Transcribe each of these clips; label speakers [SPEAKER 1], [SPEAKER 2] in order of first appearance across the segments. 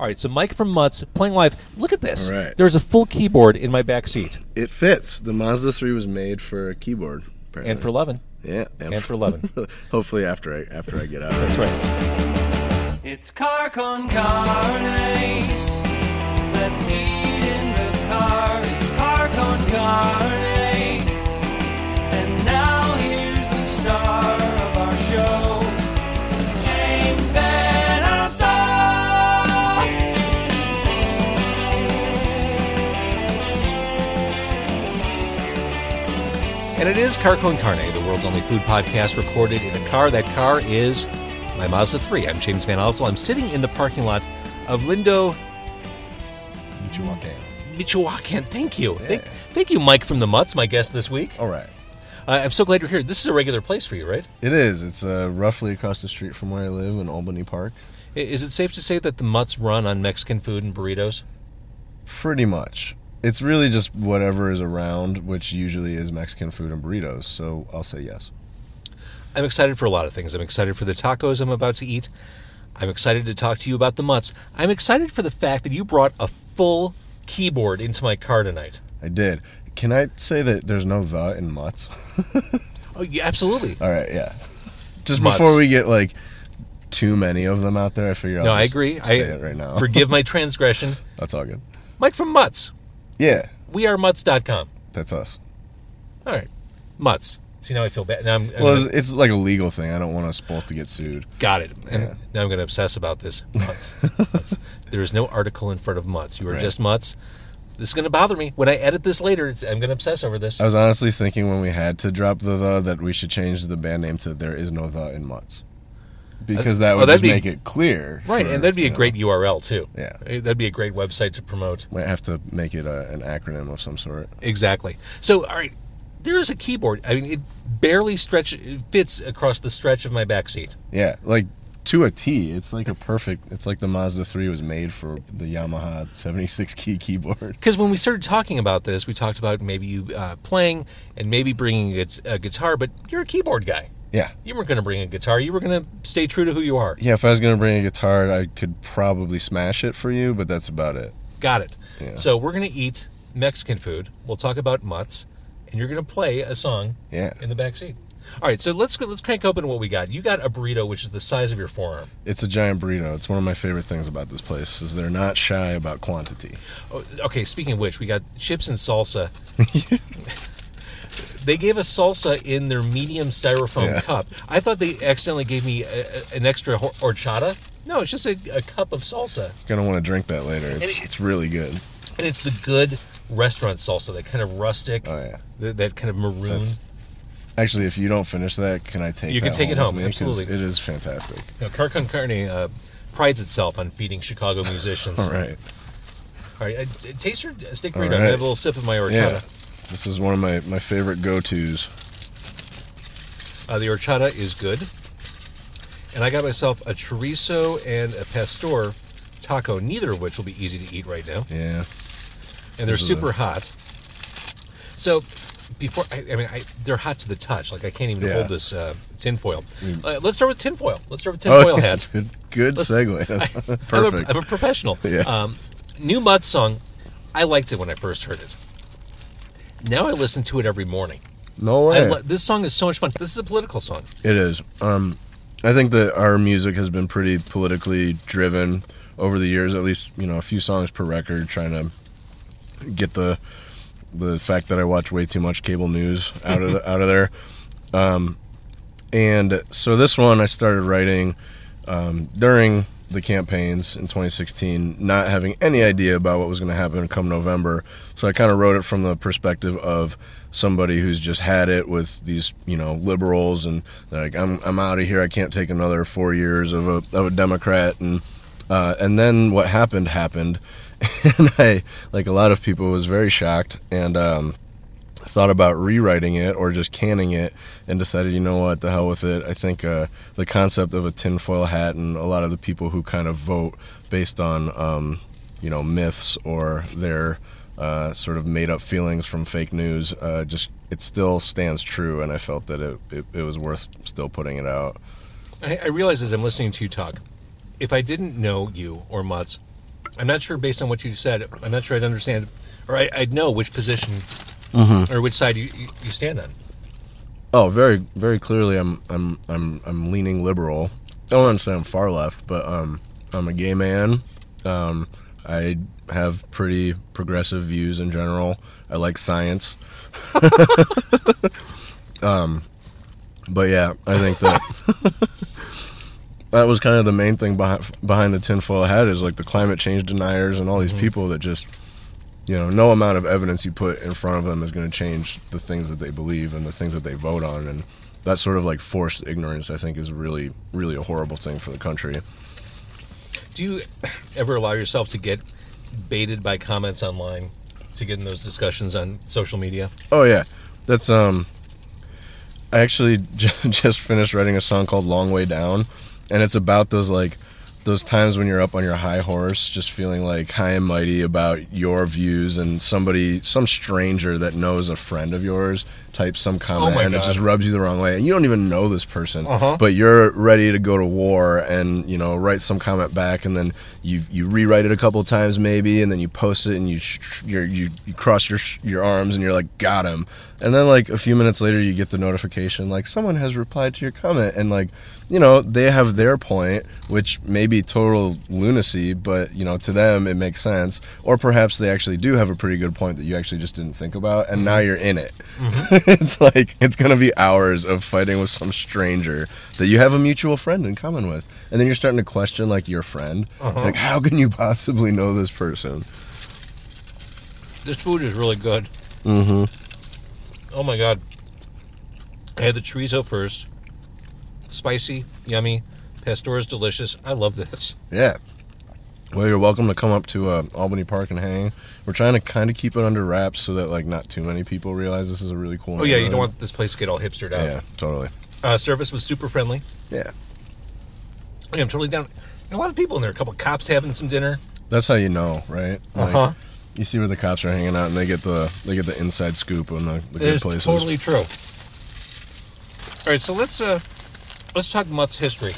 [SPEAKER 1] All right, so Mike from Mutz playing live. Look at this.
[SPEAKER 2] All right.
[SPEAKER 1] There's a full keyboard in my back seat,
[SPEAKER 2] It fits. The Mazda 3 was made for a keyboard. Apparently.
[SPEAKER 1] and for loving.
[SPEAKER 2] yeah,
[SPEAKER 1] and for loving.
[SPEAKER 2] Hopefully after I after I get out. That's
[SPEAKER 1] That's right.
[SPEAKER 3] It's car con carne. Let's eat in the car. It's car con carne. And now here's the star of our show, James Van Asta.
[SPEAKER 1] And it is Carcone Carne, the world's only food podcast recorded in a car. That car is my Mazda 3. I'm James Van Oslo. I'm sitting in the parking lot of Lindo
[SPEAKER 2] Michoacan.
[SPEAKER 1] Michoacan. Thank you. Thank, thank you, Mike from the Mutz, my guest this week.
[SPEAKER 2] All right.
[SPEAKER 1] Uh, I'm so glad you're here. This is a regular place for you, right?
[SPEAKER 2] It is. It's uh, roughly across the street from where I live in Albany Park.
[SPEAKER 1] I- Is it safe to say that the Mutts run on Mexican food and burritos?
[SPEAKER 2] Pretty much. It's really just whatever is around, which usually is Mexican food and burritos. So I'll say yes.
[SPEAKER 1] I'm excited for a lot of things. I'm excited for the tacos I'm about to eat. I'm excited to talk to you about the mutts. I'm excited for the fact that you brought a full keyboard into my car tonight.
[SPEAKER 2] I did. Can I say that there's no the in mutts?
[SPEAKER 1] Oh, yeah, absolutely.
[SPEAKER 2] All right, yeah. Just
[SPEAKER 1] Mutts.
[SPEAKER 2] before we get like too many of them out there, I figure. I'll
[SPEAKER 1] No, I
[SPEAKER 2] just
[SPEAKER 1] agree.
[SPEAKER 2] Say
[SPEAKER 1] I
[SPEAKER 2] it right now.
[SPEAKER 1] forgive my transgression.
[SPEAKER 2] That's all good.
[SPEAKER 1] Mike from Mutts.
[SPEAKER 2] Yeah,
[SPEAKER 1] We are mutts.com.
[SPEAKER 2] that's us.
[SPEAKER 1] All right. Mutts. See, now I feel bad. Now I'm, I'm
[SPEAKER 2] Well,
[SPEAKER 1] gonna-
[SPEAKER 2] it's, it's like a legal thing. I don't want us both to get sued.
[SPEAKER 1] got it. And now I'm going to obsess about this. Mutts. Mutts. There is no article in front of Mutts. You are
[SPEAKER 2] Right.
[SPEAKER 1] just Mutts. This is going to bother me. When I edit this later, it's, I'm going to obsess over this.
[SPEAKER 2] I was honestly thinking when we had to drop the the that we should change the band name to "There Is No The in Mutts," because that
[SPEAKER 1] oh,
[SPEAKER 2] would
[SPEAKER 1] that'd
[SPEAKER 2] just
[SPEAKER 1] be-
[SPEAKER 2] make it clear.
[SPEAKER 1] Right,
[SPEAKER 2] for-
[SPEAKER 1] and that'd be a
[SPEAKER 2] you know,
[SPEAKER 1] great URL too.
[SPEAKER 2] Yeah.
[SPEAKER 1] Eh, that'd be a great website to promote.
[SPEAKER 2] Might have to make it uh an acronym of some sort.
[SPEAKER 1] Exactly. So, all right, there is a keyboard. I mean, it barely stretch it fits across the stretch of my back seat.
[SPEAKER 2] Yeah, like to a T. It's like a perfect. It's like the Mazda three was made for the Yamaha seventy six key keyboard.
[SPEAKER 1] Because when we started talking about this, we talked about maybe you uh, playing and maybe bringing a, gu- a guitar, but you're a keyboard guy.
[SPEAKER 2] Yeah,
[SPEAKER 1] You weren't going to bring a guitar. You were going to stay true to who you are.
[SPEAKER 2] yeah. If I was gonna bring a guitar, I could probably smash it for you, but that's about it.
[SPEAKER 1] Got it.
[SPEAKER 2] Yeah.
[SPEAKER 1] So we're going to eat Mexican food. We'll talk about mutts, and you're going to play a song
[SPEAKER 2] Yeah.
[SPEAKER 1] in the back seat. All right, so let's go, let's crank open what we got. You got a burrito, which is the size of your forearm.
[SPEAKER 2] It's a giant burrito. It's one of my favorite things about this place is they're not shy about quantity.
[SPEAKER 1] Oh, okay, speaking of which, we got chips and salsa. they gave us salsa in their medium styrofoam
[SPEAKER 2] Yeah.
[SPEAKER 1] cup. I thought they accidentally gave me a, a- an extra hor- horchata. No, it's just a, a cup of salsa,
[SPEAKER 2] Gonna want to drink that later. It's
[SPEAKER 1] it-
[SPEAKER 2] it's really good.
[SPEAKER 1] and it's the good restaurant salsa, that kind of rustic,
[SPEAKER 2] Oh, yeah.
[SPEAKER 1] that, that kind of maroon.
[SPEAKER 2] That's- Actually, if you don't finish that, can I take?
[SPEAKER 1] You can
[SPEAKER 2] that
[SPEAKER 1] take it
[SPEAKER 2] with
[SPEAKER 1] home,
[SPEAKER 2] me? 'Cause
[SPEAKER 1] absolutely.
[SPEAKER 2] It is fantastic.
[SPEAKER 1] You know, Carcon Carne uh, prides itself on feeding Chicago musicians.
[SPEAKER 2] All right.
[SPEAKER 1] All right, uh, uh, taste your steak
[SPEAKER 2] All
[SPEAKER 1] burrito. I'm gonna
[SPEAKER 2] right.
[SPEAKER 1] have a little sip of my
[SPEAKER 2] Yeah.
[SPEAKER 1] horchata.
[SPEAKER 2] This is one of my, my favorite go tos.
[SPEAKER 1] Uh, the horchata is good. And I got myself a chorizo and a pastor taco, neither of which will be easy to eat right now.
[SPEAKER 2] Yeah.
[SPEAKER 1] And they're
[SPEAKER 2] This is a-
[SPEAKER 1] super hot. So, before, I, I mean, I, they're hot to the touch. Like, I can't even
[SPEAKER 2] Yeah. Mm.
[SPEAKER 1] hold this uh, tinfoil. Uh, let's start with tinfoil. Let's start with
[SPEAKER 2] Oh,
[SPEAKER 1] tinfoil hat.
[SPEAKER 2] Good, good
[SPEAKER 1] Let's-
[SPEAKER 2] segue.
[SPEAKER 1] I'm a-
[SPEAKER 2] Perfect.
[SPEAKER 1] I'm a professional.
[SPEAKER 2] Yeah.
[SPEAKER 1] Um, new Mud song, I liked it when I first heard it. Now I listen to it every morning.
[SPEAKER 2] no
[SPEAKER 1] I
[SPEAKER 2] way.
[SPEAKER 1] lo- this song is so much fun. This is a political song.
[SPEAKER 2] It is. Um, I think that our music has been pretty politically driven over the years. At least you know a few songs per record, trying to get the the fact that I watch way too much cable news out of the, out of there. Um, and so this one I started writing um, during the campaigns in 2016, not having any idea about what was going to happen come November. So I kind of wrote it from the perspective of somebody who's just had it with these, you know, liberals and they're like, I'm, I'm out of here. I can't take another four years of a, of a Democrat. And, uh, and then what happened happened. And I, like a lot of people, was very shocked. And, um, thought about rewriting it or just canning it and decided, you know what, the hell with it. I think uh, the concept of a tinfoil hat and a lot of the people who kind of vote based on, um, you know, myths or their uh, sort of made up feelings from fake news, uh, just it still stands true. And I felt that it, it, it was worth still putting it out.
[SPEAKER 1] I, I realize as I'm listening to you talk, if I didn't know you or Mutz, I'm not sure based on what you said. I'm not sure I'd understand, or I, I'd know which position
[SPEAKER 2] Mm-hmm.
[SPEAKER 1] or which side you, you, you stand on.
[SPEAKER 2] Oh, very, very clearly, I'm, I'm, I'm, I'm leaning liberal. I don't want to say I'm far left, but um, I'm a gay man. Um, I have pretty progressive views in general. I like science. um, but yeah, I think that that was kind of the main thing behind behind the tinfoil hat is like the climate change deniers and all these people that just you know, no amount of evidence you put in front of them is going to change the things that they believe and the things that they vote on. And that sort of like forced ignorance, I think, is really, really a horrible thing for the country.
[SPEAKER 1] Do you ever allow yourself to get baited by comments online to get in those discussions on social media?
[SPEAKER 2] Oh, yeah. That's, um, I actually ju- just finished writing a song called Long Way Down. And it's about those like, those times when you're up on your high horse, just feeling like high and mighty about your views, and somebody, some stranger that knows a friend of yours, types some comment,
[SPEAKER 1] Oh my
[SPEAKER 2] and it
[SPEAKER 1] God.
[SPEAKER 2] just rubs you the wrong way, and you don't even know this person,
[SPEAKER 1] Uh-huh.
[SPEAKER 2] but you're ready to go to war, and you know, write some comment back, and then you you rewrite it a couple times maybe, and then you post it, and you sh- you're, you you cross your sh- your arms, and you're like, got him, and then like a few minutes later, you get the notification like someone has replied to your comment, and like you know, Oh, they have their point, which may be total lunacy, but you know, to them it makes sense. Or perhaps they actually do have a pretty good point that you actually just didn't think about, and
[SPEAKER 1] Mm-hmm.
[SPEAKER 2] now you're in it. it's like it's gonna be hours of fighting with some stranger that you have a mutual friend in common with, and then you're starting to question like your friend,
[SPEAKER 1] Uh-huh.
[SPEAKER 2] like how can you possibly know this person?
[SPEAKER 1] This food is really good. Mm-hmm. Oh my god! I had the chorizo first. Spicy, yummy. Pastor is delicious. I love this.
[SPEAKER 2] Yeah. Well, you're welcome to come up to uh, Albany Park and hang. We're trying to kind of keep it under wraps so that like not too many people realize this is a really cool.
[SPEAKER 1] Oh yeah, you don't
[SPEAKER 2] neighborhood.
[SPEAKER 1] want this place to get all hipstered out.
[SPEAKER 2] Yeah, totally.
[SPEAKER 1] Uh, service was super friendly.
[SPEAKER 2] Yeah.
[SPEAKER 1] Yeah, I'm totally down. And a lot of people in there. A couple cops having some dinner.
[SPEAKER 2] That's how you know, right? Like,
[SPEAKER 1] Uh-huh.
[SPEAKER 2] You see where the cops are hanging out, and they get the they get the inside scoop on the, the
[SPEAKER 1] It
[SPEAKER 2] good
[SPEAKER 1] is
[SPEAKER 2] places.
[SPEAKER 1] totally true. All right, so let's uh, let's talk Mutt's history.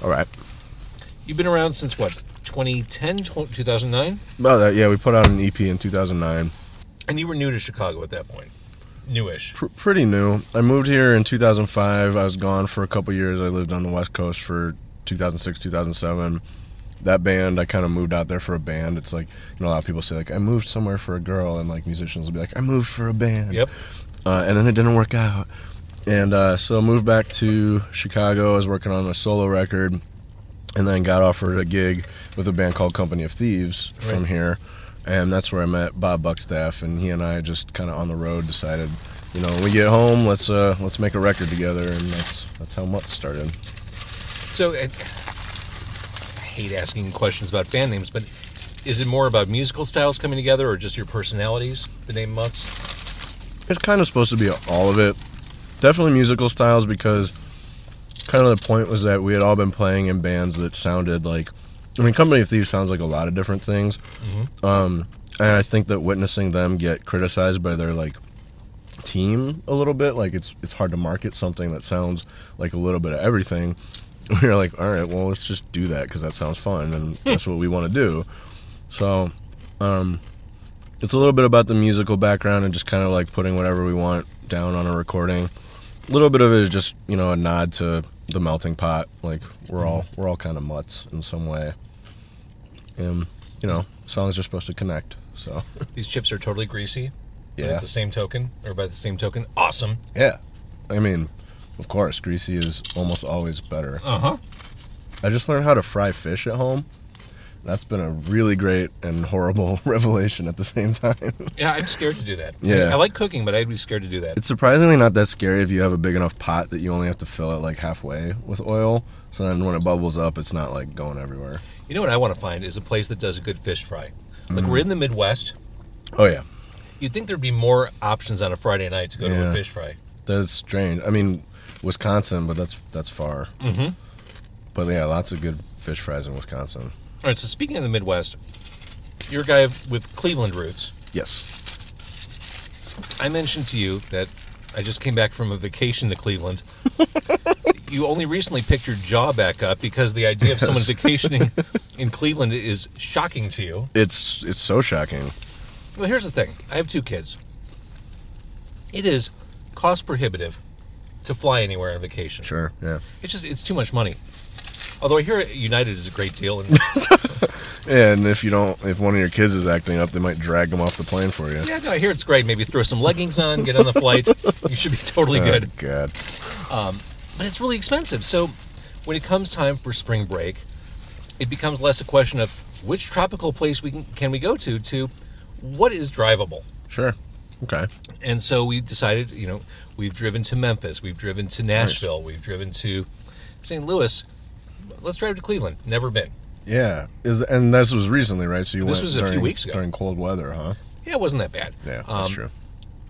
[SPEAKER 2] All right.
[SPEAKER 1] You've been around since what 2010, 2009,
[SPEAKER 2] About that, yeah, we put out an EP in 2009.
[SPEAKER 1] and you were new to Chicago at that point. Newish.
[SPEAKER 2] Pr- pretty new. I moved here in 2005. I was gone for a couple years. I lived on the West Coast for 2006, 2007. That band, I kind of moved out there for a band. It's like, you know, a lot of people say, like, I moved somewhere for a girl, and like musicians will be like, I moved for a band.
[SPEAKER 1] Yep.
[SPEAKER 2] uh, and then it didn't work out. And uh, so I moved back to Chicago. I was working on a solo record, and then got offered a gig with a band called Company of Thieves from
[SPEAKER 1] Right.
[SPEAKER 2] here. And that's where I met Bob Buckstaff, and he and I just kind of on the road decided, you know, when we get home, let's uh, let's make a record together, and that's that's how Mutt started.
[SPEAKER 1] So uh, I hate asking questions about band names, but is it more about musical styles coming together or just your personalities? The name Mutts.
[SPEAKER 2] it's kind of supposed to be all of it. Definitely musical styles because kind of the point was that we had all been playing in bands that sounded like. I mean, Company of Thieves sounds like a lot of different things. Um, and I think that witnessing them get criticized by their like team a little bit, like it's it's hard to market something that sounds like a little bit of everything. We were like, all right, well, let's just do that because that sounds fun and that's what we want to do. So it's a little bit about the musical background and just kind of like putting whatever we want down on a recording. A little bit of it is just you know a nod to the melting pot. Like we're all we're all kind of mutts in some way, and you know songs are supposed to connect. So
[SPEAKER 1] These chips are totally greasy. but
[SPEAKER 2] Yeah.
[SPEAKER 1] At the same token, or by the same token, awesome.
[SPEAKER 2] yeah, I mean, of course, greasy is almost always better.
[SPEAKER 1] Uh huh.
[SPEAKER 2] I just learned how to fry fish at home. That's been a really great and horrible revelation at the same time.
[SPEAKER 1] Yeah, I'm scared to do that.
[SPEAKER 2] Yeah.
[SPEAKER 1] I, I like cooking, but I'd be scared to do that.
[SPEAKER 2] It's surprisingly not that scary if you have a big enough pot that you only have to fill it like halfway with oil. So then when it bubbles up, it's not like going everywhere.
[SPEAKER 1] You know what I want to find is a place that does a good fish fry. Like
[SPEAKER 2] Mm.
[SPEAKER 1] we're in the Midwest,
[SPEAKER 2] Oh yeah,
[SPEAKER 1] you'd think there'd be more options on a Friday night to go to a
[SPEAKER 2] Yeah.
[SPEAKER 1] fish fry.
[SPEAKER 2] that's strange. I mean, Wisconsin, but that's that's far. Mm-hmm. But yeah, lots of good fish fries in Wisconsin.
[SPEAKER 1] All right. So speaking of the Midwest, you're a guy with Cleveland roots.
[SPEAKER 2] Yes.
[SPEAKER 1] I mentioned to you that I just came back from a vacation to Cleveland. you only recently picked your jaw back up because the idea of someone vacationing in Cleveland is shocking to you.
[SPEAKER 2] It's it's so shocking.
[SPEAKER 1] Well, here's the thing I have two kids. It is cost prohibitive to fly anywhere on vacation.
[SPEAKER 2] Sure. Yeah.
[SPEAKER 1] It's just, it's too much money. Although I hear United is a great deal. And
[SPEAKER 2] And if you don't, if one of your kids is acting up, they might drag them off the plane for you.
[SPEAKER 1] yeah, no, I hear it's great. Maybe throw some leggings on, get on the flight. You should be totally
[SPEAKER 2] Oh,
[SPEAKER 1] good.
[SPEAKER 2] God.
[SPEAKER 1] but it's really expensive. So when it comes time for spring break, it becomes less a question of which tropical place we can, can we go to to what is drivable.
[SPEAKER 2] Sure. Okay.
[SPEAKER 1] And so we decided, you know, we've driven to Memphis, we've driven to Nashville, we've driven to St. Louis. Let's drive to Cleveland. Never been.
[SPEAKER 2] Yeah. Is and this was recently, right? So you
[SPEAKER 1] This
[SPEAKER 2] went
[SPEAKER 1] was a few
[SPEAKER 2] during,
[SPEAKER 1] weeks ago.
[SPEAKER 2] during cold weather, huh?
[SPEAKER 1] Yeah, it wasn't that bad.
[SPEAKER 2] Yeah, that's
[SPEAKER 1] Um,
[SPEAKER 2] true.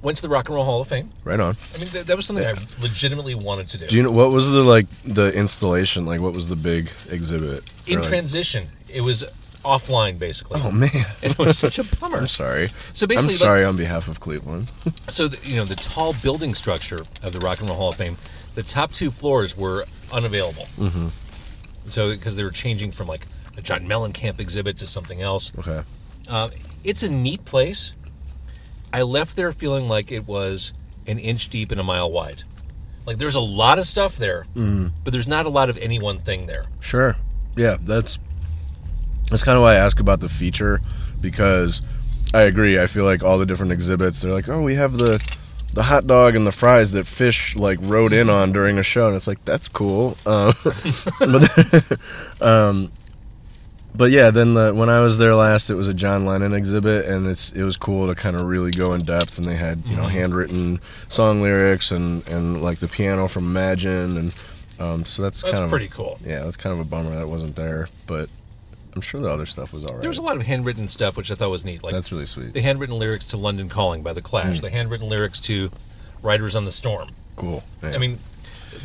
[SPEAKER 1] Went to the Rock and Roll Hall of Fame.
[SPEAKER 2] Right on.
[SPEAKER 1] I mean, th- that was something I legitimately wanted to do.
[SPEAKER 2] Do you know what was the like the installation? Like, what was the big exhibit?
[SPEAKER 1] In
[SPEAKER 2] Or, like-
[SPEAKER 1] transition, it was offline basically.
[SPEAKER 2] Oh man,
[SPEAKER 1] And it was such a bummer.
[SPEAKER 2] I'm sorry.
[SPEAKER 1] So basically,
[SPEAKER 2] I'm
[SPEAKER 1] like-
[SPEAKER 2] sorry on behalf of Cleveland.
[SPEAKER 1] So, the, you know, the tall building structure of the Rock and Roll Hall of Fame, the top two floors were unavailable. Mm-hmm. So, because they were changing from like a John Mellencamp exhibit to something else.
[SPEAKER 2] Okay.
[SPEAKER 1] Uh, it's a neat place. I left there feeling like it was an inch deep and a mile wide. Like there's a lot of stuff there,
[SPEAKER 2] Mm-hmm.
[SPEAKER 1] but there's not a lot of any one thing there.
[SPEAKER 2] Sure. Yeah, that's that's kind of why I ask about the feature because I agree. I feel like all the different exhibits, they're like, oh, we have the the hot dog and the fries that fish like rode in on during a show, and it's like that's cool. Um, but um, but yeah, then the, when I was there last, it was a John Lennon exhibit, and it's it was cool to kind of really go in depth, and they had you know handwritten song lyrics and and like the piano from Imagine, and um, so that's,
[SPEAKER 1] That's
[SPEAKER 2] kind of
[SPEAKER 1] pretty cool.
[SPEAKER 2] yeah, that's kind of a bummer that wasn't there, but I'm sure the other stuff was all right.
[SPEAKER 1] There was a lot of handwritten stuff, which I thought was neat. Like
[SPEAKER 2] That's Mm. really sweet.
[SPEAKER 1] the handwritten lyrics to London Calling by The Clash, the handwritten lyrics to Riders on the Storm.
[SPEAKER 2] cool. Yeah.
[SPEAKER 1] I mean,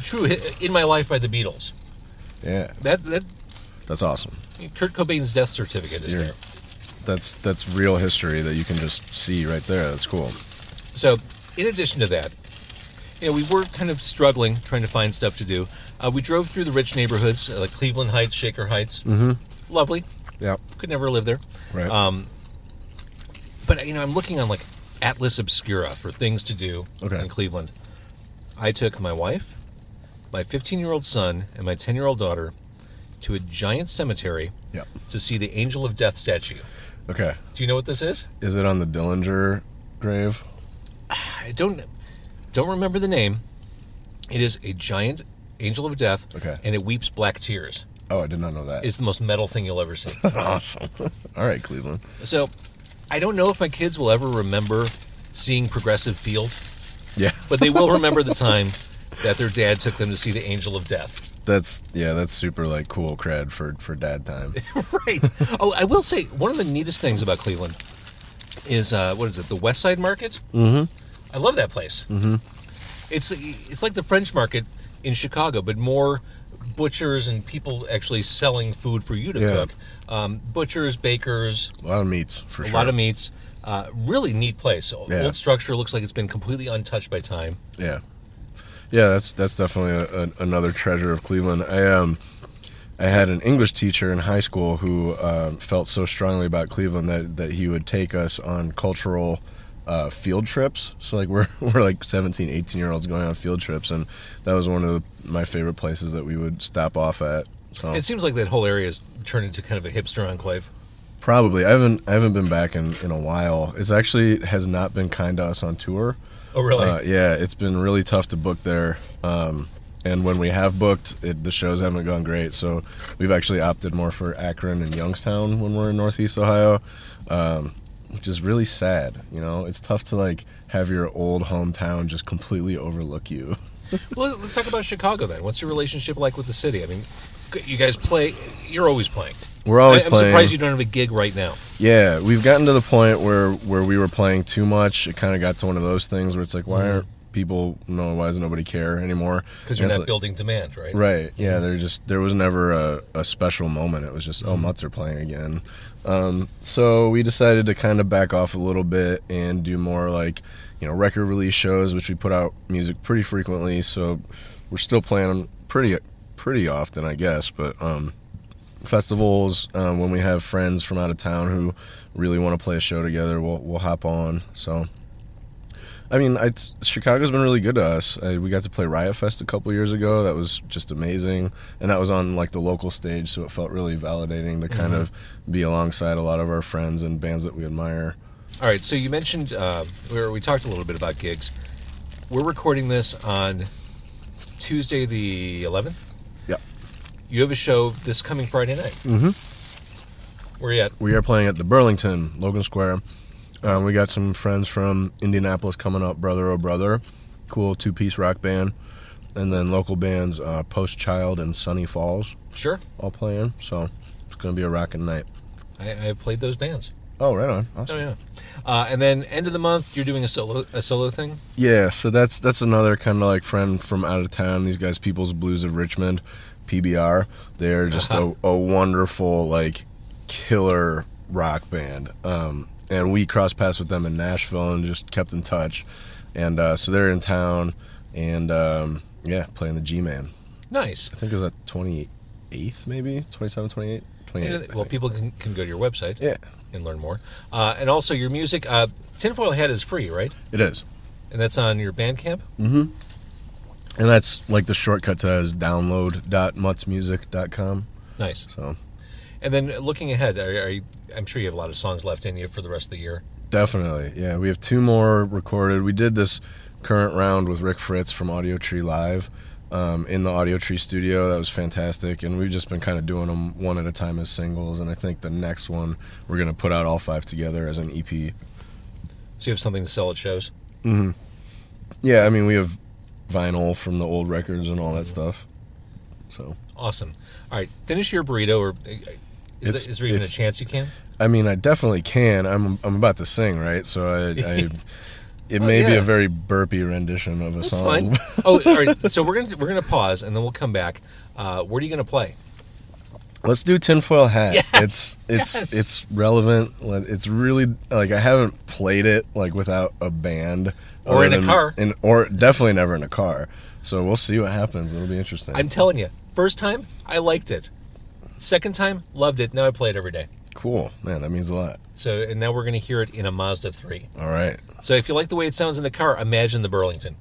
[SPEAKER 1] true hit in my life by the Beatles.
[SPEAKER 2] yeah,
[SPEAKER 1] That that
[SPEAKER 2] that's awesome.
[SPEAKER 1] Kurt Cobain's death certificate is
[SPEAKER 2] You're-
[SPEAKER 1] there.
[SPEAKER 2] That's that's real history that you can just see right there. That's cool.
[SPEAKER 1] So, in addition to that, you know, we were kind of struggling trying to find stuff to do. Uh, we drove through the rich neighborhoods, uh, like Cleveland Heights, Shaker Heights. Mm-hmm. Lovely.
[SPEAKER 2] Yeah.
[SPEAKER 1] Could never live there.
[SPEAKER 2] Right.
[SPEAKER 1] Um, but you know, I'm looking on like Atlas Obscura for things to do
[SPEAKER 2] Okay.
[SPEAKER 1] in Cleveland. I took my wife, my 15 year old son, and my 10 year old daughter to a giant cemetery
[SPEAKER 2] yeah.
[SPEAKER 1] to see the Angel of Death statue.
[SPEAKER 2] Okay.
[SPEAKER 1] Do you know what this is?
[SPEAKER 2] Is it on the Dillinger grave?
[SPEAKER 1] I don't don't remember the name. It is a giant angel of death,
[SPEAKER 2] Okay.
[SPEAKER 1] and it weeps black tears.
[SPEAKER 2] Oh, I did not know that.
[SPEAKER 1] It's the most metal thing you'll ever see.
[SPEAKER 2] awesome. all right, Cleveland.
[SPEAKER 1] so, I don't know if my kids will ever remember seeing Progressive Field,
[SPEAKER 2] Yeah.
[SPEAKER 1] but they will remember the time that their dad took them to see the Angel of Death.
[SPEAKER 2] That's yeah, that's super like cool cred for for dad time.
[SPEAKER 1] Right. Oh, I will say one of the neatest things about Cleveland is uh, what is it? The West Side Market. Mm-hmm. I love that place. Mm-hmm. It's it's like the French Market in Chicago, but more butchers and people actually selling food for you to
[SPEAKER 2] Yeah.
[SPEAKER 1] cook. Um, butchers, bakers,
[SPEAKER 2] a lot of meats for
[SPEAKER 1] a
[SPEAKER 2] sure.
[SPEAKER 1] lot of meats. Uh, really neat place.
[SPEAKER 2] Yeah.
[SPEAKER 1] Old structure looks like it's been completely untouched by time.
[SPEAKER 2] Yeah, yeah, that's that's definitely a, a, another treasure of Cleveland. I um, I had an English teacher in high school who um, felt so strongly about Cleveland that that he would take us on cultural. Uh, field trips so like we're, we're like 17 18 year olds going on field trips and that was one of the, my favorite places that we would stop off at so
[SPEAKER 1] It seems like that whole area has turned into kind of a hipster enclave.
[SPEAKER 2] probably i haven't i haven't been back in in a while it's actually has not been kind to us on tour
[SPEAKER 1] Oh, really?
[SPEAKER 2] Uh, yeah, it's been really tough to book there. Um, and when we have booked, it, the shows haven't gone great. So we've actually opted more for Akron and Youngstown when we're in Northeast Ohio, um, which is really sad. You know, it's tough to like have your old hometown just completely overlook you.
[SPEAKER 1] Well, let's talk about Chicago then. What's your relationship like with the city? I mean, you guys play. You're always playing.
[SPEAKER 2] We're always
[SPEAKER 1] I, I'm
[SPEAKER 2] playing.
[SPEAKER 1] surprised you don't have a gig right now.
[SPEAKER 2] Yeah, we've gotten to the point where where we were playing too much. It kind of got to one of those things where it's like, why aren't people? No, why does nobody care anymore?
[SPEAKER 1] Because Mm-hmm.
[SPEAKER 2] And
[SPEAKER 1] you're
[SPEAKER 2] it's
[SPEAKER 1] not
[SPEAKER 2] like-
[SPEAKER 1] building demand, right?
[SPEAKER 2] Right. Yeah. There just there was never a, a special moment. It was just oh Mutts are playing again. Um, so we decided to kind of back off a little bit and do more like you know record release shows, which we put out music pretty frequently. So we're still playing pretty pretty often, I guess. But um, festivals um, when we have friends from out of town who really want to play a show together, we'll we'll hop on. So. I mean, I, Chicago's been really good to us. I, we got to play Riot Fest a couple years ago. That was just amazing, and that was on like the local stage, so it felt really validating to kind of be alongside a lot of our friends and bands that we admire.
[SPEAKER 1] All right, so you mentioned uh, we, were, we talked a little bit about gigs. We're recording this on Tuesday, the 11th.
[SPEAKER 2] Yeah,
[SPEAKER 1] You have a show this coming Friday night. Mm-hmm.
[SPEAKER 2] Mm-hmm.
[SPEAKER 1] Where you at?
[SPEAKER 2] we are playing at the Burlington Logan Square. Um, we got some friends from Indianapolis coming up, Brother Oh Brother, cool two-piece rock band, and then local bands uh, Post Child and Sunny Falls
[SPEAKER 1] Sure.
[SPEAKER 2] all playing. So it's gonna be a rocking night.
[SPEAKER 1] I, I have played those bands.
[SPEAKER 2] Oh, right on. Awesome.
[SPEAKER 1] Oh yeah. Uh, and then end of the month, you're doing a solo a solo thing.
[SPEAKER 2] Yeah, so that's that's another kind of like friend from out of town. These guys, People's Blues of Richmond, PBR. They're just a, a wonderful like killer rock band. Um, and we crossed paths with them in Nashville and just kept in touch. And uh, so they're in town, and um, yeah, playing the G Man.
[SPEAKER 1] Nice.
[SPEAKER 2] I think it was at twenty eighth, maybe 27, 28, 28. I
[SPEAKER 1] well,
[SPEAKER 2] think.
[SPEAKER 1] people can, can go to your website
[SPEAKER 2] yeah,
[SPEAKER 1] and learn more. Uh, and also your music. Uh, Tinfoil Hat is free, right?
[SPEAKER 2] it is.
[SPEAKER 1] And that's on your Bandcamp.
[SPEAKER 2] And that's like the shortcut to that is download.mutzmusic.com.
[SPEAKER 1] Nice.
[SPEAKER 2] So
[SPEAKER 1] And then looking ahead, are, are you, I'm sure you have a lot of songs left in you for the rest of the year.
[SPEAKER 2] Definitely. Yeah, we have two more recorded. We did this current round with Rick Fritz from Audio Tree Live um, in the Audio Tree studio. That was fantastic. And we've just been kind of doing them one at a time as singles. And I think the next one, we're going to put out all five together as an E EP.
[SPEAKER 1] So you have something to sell at shows.
[SPEAKER 2] Yeah, I mean, we have vinyl from the old records and all that stuff. So,
[SPEAKER 1] Awesome. All right, finish your burrito. Or uh, is,
[SPEAKER 2] It's-
[SPEAKER 1] there, is there even a
[SPEAKER 2] it's-
[SPEAKER 1] chance you can?
[SPEAKER 2] I mean, I definitely can. I'm, I'm about to sing, right? So, I. I It
[SPEAKER 1] Oh,
[SPEAKER 2] may be
[SPEAKER 1] yeah.
[SPEAKER 2] a very burpy rendition of a
[SPEAKER 1] That's
[SPEAKER 2] song.
[SPEAKER 1] fine. oh, all right. So we're gonna we're gonna pause and then we'll come back. Uh, where are you gonna play?
[SPEAKER 2] Let's do tinfoil hat.
[SPEAKER 1] Yes!
[SPEAKER 2] It's it's
[SPEAKER 1] Yes!
[SPEAKER 2] it's relevant. Like, It's really like I haven't played it like without a band
[SPEAKER 1] Or
[SPEAKER 2] other
[SPEAKER 1] in a car.
[SPEAKER 2] in, or definitely never in a car. So we'll see what happens. It'll be interesting.
[SPEAKER 1] I'm telling you, first time I liked it, second time loved it. Now I play it every day.
[SPEAKER 2] cool, man. That means a lot.
[SPEAKER 1] So and now we're gonna hear it in a Mazda three.
[SPEAKER 2] All right,
[SPEAKER 1] So if you like the way it sounds in the car, imagine the Burlington.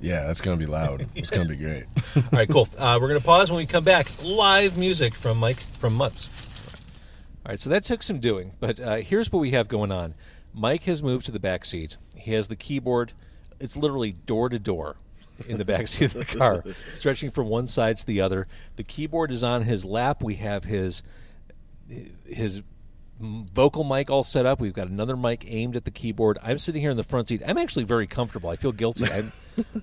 [SPEAKER 2] yeah, that's gonna be loud. It's gonna be great.
[SPEAKER 1] All right, cool. Uh, we're going to pause when we come back. Live music from Mike from Mutz. All right, so that took some doing, but uh, here's what we have going on. Mike has moved to the back seat. He has the keyboard. It's literally door to door in the back seat of the car, stretching from one side to the other. The keyboard is on his lap. We have his his vocal mic all set up. We've got another mic aimed at the keyboard. I'm sitting here in the front seat. I'm actually very comfortable. I feel guilty. I'm,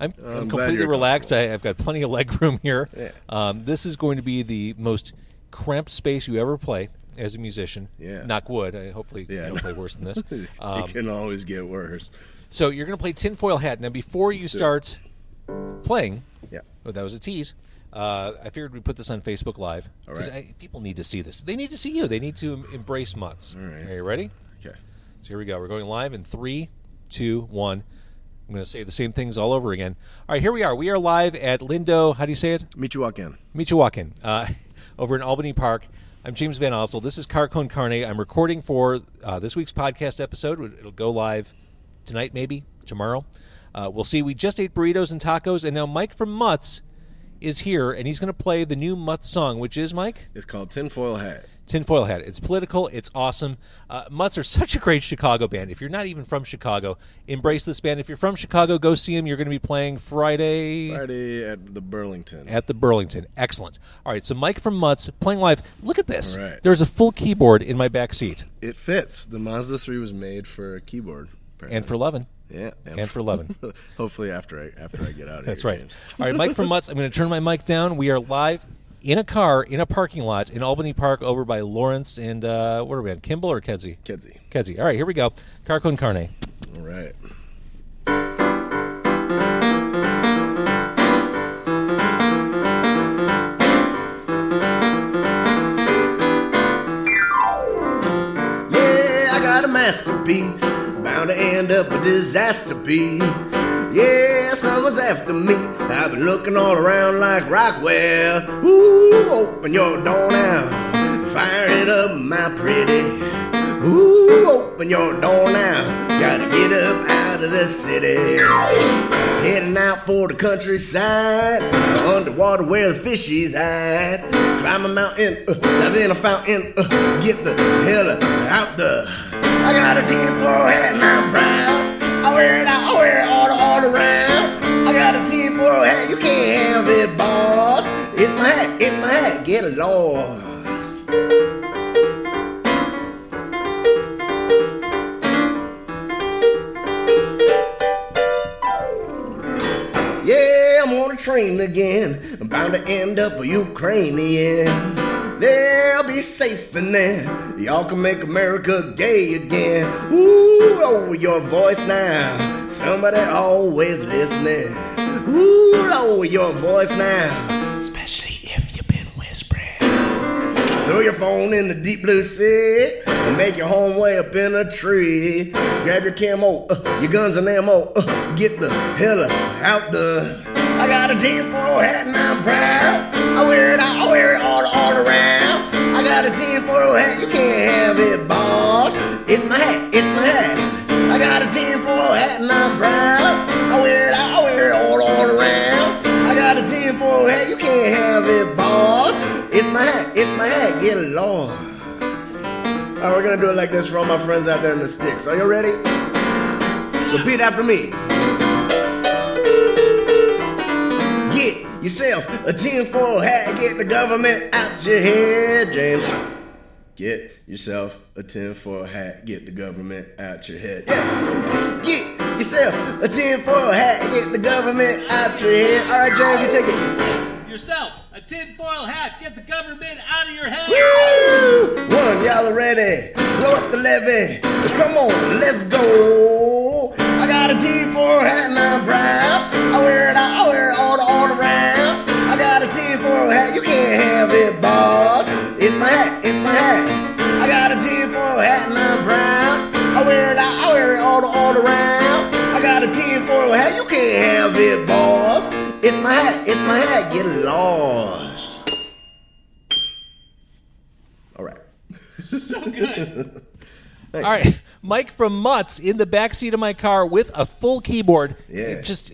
[SPEAKER 1] I'm, I'm,
[SPEAKER 2] glad
[SPEAKER 1] completely
[SPEAKER 2] you're
[SPEAKER 1] relaxed. I, I've got plenty of leg room here. Um, this is going to be the most cramped space you ever play as a musician.
[SPEAKER 2] Yeah.
[SPEAKER 1] Knock wood. I, hopefully
[SPEAKER 2] Yeah,
[SPEAKER 1] you don't
[SPEAKER 2] no.
[SPEAKER 1] play worse than this. Um,
[SPEAKER 2] it can always get worse.
[SPEAKER 1] so you're going to play Tinfoil Hat. Now, before you start playing,
[SPEAKER 2] Yeah.
[SPEAKER 1] oh, that was a tease. Uh, I figured we'd put this on Facebook Live because
[SPEAKER 2] right.
[SPEAKER 1] people need to see this. They need to see you. They need to em- embrace Mutz. All
[SPEAKER 2] right.
[SPEAKER 1] Are you ready?
[SPEAKER 2] Okay.
[SPEAKER 1] So here we go. We're going live in three, two, one. I'm going to say the same things all over again. All right, here we are. We are live at Lindo. How do you say it?
[SPEAKER 2] Meet you walk in.
[SPEAKER 1] Michoacan, uh, over in Albany Park. I'm James Van Ostel. This is Carcon Carne. I'm recording for uh, this week's podcast episode. It'll go live tonight, maybe tomorrow. Uh, we'll see. We just ate burritos and tacos, and now Mike from Mutz is here, and he's going to play the new Mutz song, which is Mike
[SPEAKER 2] It's called Tinfoil Hat.
[SPEAKER 1] Tinfoil Hat. It's political. It's awesome. Uh, Mutz are such a great Chicago band. If you're not even from Chicago, embrace this band. If you're from Chicago, go see them. You're going to be playing Friday.
[SPEAKER 2] Friday at the Burlington.
[SPEAKER 1] at the Burlington. Excellent. All right, so Mike from Mutz playing live. Look at this.
[SPEAKER 2] All right.
[SPEAKER 1] There's a full keyboard in my back seat,
[SPEAKER 2] it fits. The Mazda 3 was made for a keyboard. apparently.
[SPEAKER 1] and for Levin.
[SPEAKER 2] yeah,
[SPEAKER 1] and for 11.
[SPEAKER 2] Hopefully after I after I get out of here.
[SPEAKER 1] That's right.
[SPEAKER 2] James.
[SPEAKER 1] All right, Mike from Mutz. I'm going to turn my mic down. We are live in a car in a parking lot in Albany Park, over by Lawrence and uh, what are we on? Kimball or Kedzie?
[SPEAKER 2] Kedzie.
[SPEAKER 1] Kedzie. All right, here we go. Carcon Carne.
[SPEAKER 2] All right.
[SPEAKER 4] Yeah, I got a masterpiece, bound to end up a disaster piece.
[SPEAKER 2] Yeah, someone's after me. I've been looking all around like Rockwell. Ooh, open your door now. Fire it up, my pretty. Ooh, open your door now. Gotta get up out of the city. Heading out for the countryside, underwater where the fishies hide. Climb a mountain, uh, dive in a fountain, uh, get the hell out the. I got a tinfoil hat and I'm proud. I wear it out, I wear it all, all around. I got a tinfoil hat, you can't have it, boss. It's my hat, it's my hat, get lost. Yeah, I'm on a train again. I'm bound to end up a Ukrainian. They'll be safe in there. Y'all can make America gay again. Ooh, lower your voice now. Somebody always listening. Ooh, lower your voice now. Especially if you've been whispering. Throw your phone in the deep blue sea and make your home way up in a tree. Grab your camo, uh, your guns and ammo. Uh, get the hell out the. I got a tinfoil hat and I'm proud. I wear it, out, I wear it all, all around. I got a tinfoil hat, you can't have it, boss. It's my hat, it's my hat. I got a tinfoil hat and I'm proud. I wear it, out, I wear it all, all around. I got a tinfoil hat, you can't have it, boss. It's my hat, it's my hat, get along. All right, we're gonna do it like this for all my friends out there in the sticks. Are you ready? Repeat after me. Get yourself a tinfoil hat, get the government out your head, James. Get yourself a tinfoil hat, get the government out your head. Yeah. Get yourself a tinfoil hat, get the government out your head. All right, James, you take it.
[SPEAKER 3] Yourself, a tinfoil hat, get the government out of your head.
[SPEAKER 2] Woo! One, y'all are ready. Blow up the levee. Come on, let's go. I got a T4 hat and I'm proud. I wear it, out, I wear it all, all around. I got a T4 hat, you can't have it, boss. It's my hat, it's my hat. I got a T4 hat and I'm proud. I wear it, out, I wear it all, all around. I got a T4 hat, you can't have it, boss. It's my hat, it's my hat, get lost. All right.
[SPEAKER 3] So good.
[SPEAKER 1] All right, Mike from Mutz in the backseat of my car with a full keyboard.
[SPEAKER 2] Yeah.
[SPEAKER 1] Just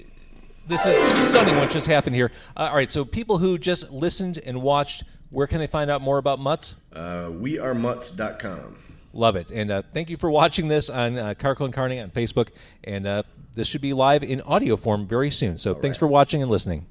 [SPEAKER 1] this is stunning what just happened here. Uh, all right, so people who just listened and watched, where can they find out more about Mutz?
[SPEAKER 5] Uh, wearemutts.com.
[SPEAKER 1] Love it, and uh, thank you for watching this on uh, Carco and Carney on Facebook, and uh, this should be live in audio form very soon. So thanks for watching and listening.